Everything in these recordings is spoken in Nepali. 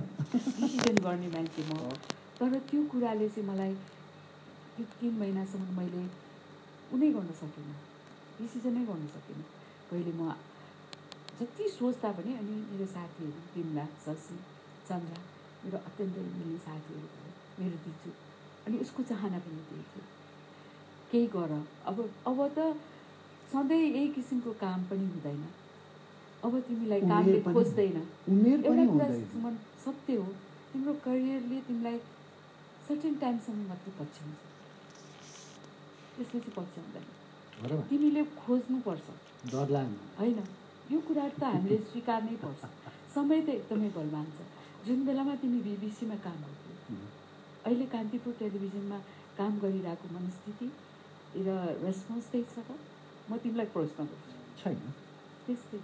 डिसिजन गर्ने मान्छे म तर त्यो कुराले चाहिँ मलाई यो तिन महिनासम्म मैले उनै गर्न सकिनँ डिसिजनै गर्न सकिनँ कहिले म जति सोच्दा पनि अनि मेरो साथीहरू तिमला शशी चन्द्र मेरो अत्यन्तै मिल्ने साथीहरू भयो मेरो दिजु अनि उसको चाहना पनि त्यही थियो केही गर अब अब त सधैँ यही किसिमको काम पनि हुँदैन अब तिमीलाई उमेर कामले पनि- खोज्दैन उमेर पनि एउटा कुरा हुँदैन मन सत्य हो तिम्रो करियरले तिमीलाई सर्टेन टाइमसम्म मात्रै पछ्याउँछ त्यसले चाहिँ पछ्याउँदैन बराबर तिमीले खोज्नुपर्छ डर लाग्नु होइन यो कुराहरू त हामीले स्वीकार नै पर्छ समय त एकदमै बलवान छ जुन बेलामा तिमी बिबिसीमा काम गर्थ्यौ उम्, अहिले कान्तिपुर टेलिभिजनमा काम गरिरहेको मनस्थिति र रेस्पोन्स त्यही छ त म तिमीलाई प्रश्न गर्छु छैन त्यस्तै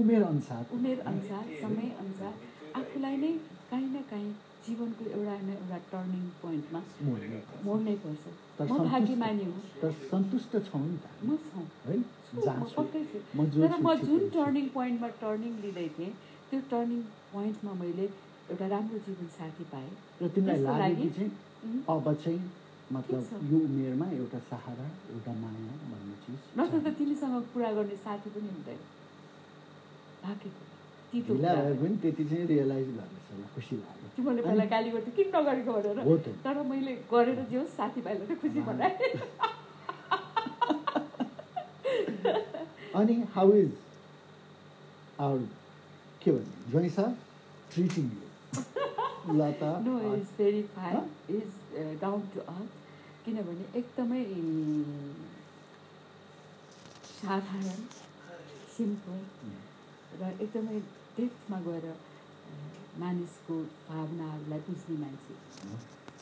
उमेर अनुसार उमेर अनुसार समय अनुसार आफूलाई नै काहीँ न काहीँ जीवनको एउटा न एउटा टर्निङ पोइन्टमा मोड्ने। मोड्नै पर्छ तर म सन्तुष्ट- भाग्यमानी हुँ तर सन्तुष्ट छौँ नि त म छु है छु, म जान्छु पक्कै छु म जो तर छु, म ठिकै जुन छु। टर्निङ पोइन्टमा टर्निङ लिँदै थिएँ त्यो टर्निङ पोइन्टमा मैले एउटा राम्रो जीवन साथी पाएँ र तिमीलाई त्यसको लाग्यो कि लागि- चाहिँ उम्, अब चाहिँ मतलब ठिक छ। यो उमेरमा एउटा सहारा एउटा माया भन्ने चिज नत्र त चाहिन्छ। तिमीसँग कुरा गर्ने साथी पनि हुँदैन भाग्यको तितो ढिला कुरा भए हो। पनि त्यति चाहिँ रियलाइज गर्दैछ ल, खुसी लाग्यो तिमीहरूले पहिला गाली गर्थ्यो किन नगरेको भनेर हो त तर मैले गरेर जे होस् साथीभाइलाई त खुसी बनाएँ अनि हाउ इज आवर के भन्ने ज्वाइँ सर ट्रिटिङ यु ल त no is very Huh? Fine is down to earth किनभने एकदमै mm, साधारण सिम्पल र एकदमै uh, डेप्थमा गएर अ, मानिसको भावनाहरूलाई बुझ्ने मान्छे अँ,